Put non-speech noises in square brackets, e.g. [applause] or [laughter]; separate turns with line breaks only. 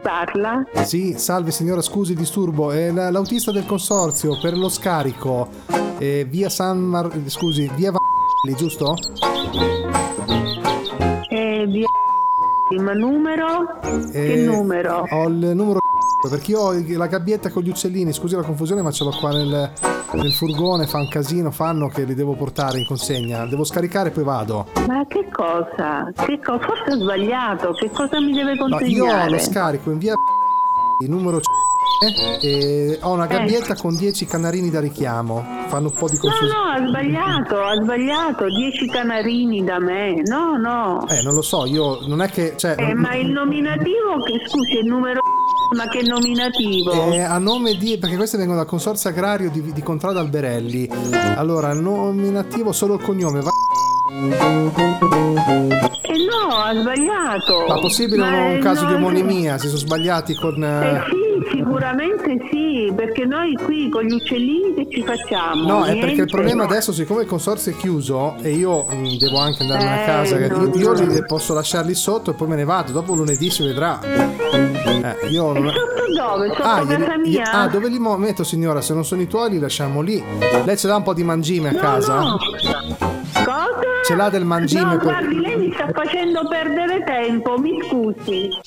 parla?
Eh Sì, salve signora, scusi il disturbo, è la- l'autista del consorzio per lo scarico, eh, via San Mar... scusi, via Vanelli, giusto?
Eh, via ma numero? Che
Eh,
numero?
Ho il numero [laughs] perché io ho il- la gabbietta con gli uccellini, scusi la confusione ma ce l'ho qua nel, nel furgone, fa un casino, fanno che li devo portare in consegna, devo scaricare e poi vado.
Ma che cosa? Che co- Forse ho sbagliato, che cosa mi deve
No, io
consegnare?
lo scarico in via [laughs] il numero e ho una gabbietta con 10 canarini da richiamo, fanno un po' di
Eh. No,
confusione.
no, ha sbagliato, ha sbagliato, 10 canarini da me, no, no.
Eh, non lo so, io non è che... Cioè,
Eh, ma il nominativo, che scusi, il numero, ma che nominativo?
Eh, a nome di. perché queste vengono dal consorzio agrario di, di Contrada Alberelli. Allora, nominativo solo il cognome. Va-
Eh no, ha sbagliato.
ma possibile un,
Ma, eh,
un caso di
no,
omonimia? Si sono sbagliati con.
Eh
eh,
sì, sicuramente sì, perché noi qui con gli uccellini che ci facciamo?
No, è perché
Niente.
il problema adesso, siccome il consorzio è chiuso e io mh, devo anche andarmene a
Eh,
casa, che
no,
io
no.
li posso lasciarli sotto e poi me ne vado. Dopo lunedì si vedrà. Eh, io
E
non.
sotto dove? Ecco, Sotto
Ah,
casa
glieli- gli-
mia?
ah, dove li mo- metto signora? Se non sono i tuoi li lasciamo lì. Lei ce l'ha un po' di mangime a
No,
casa?
no. Cosa?
Ce l'ha del mangime
No,
per-
guardi, lei mi sta facendo perdere tempo, mi scusi.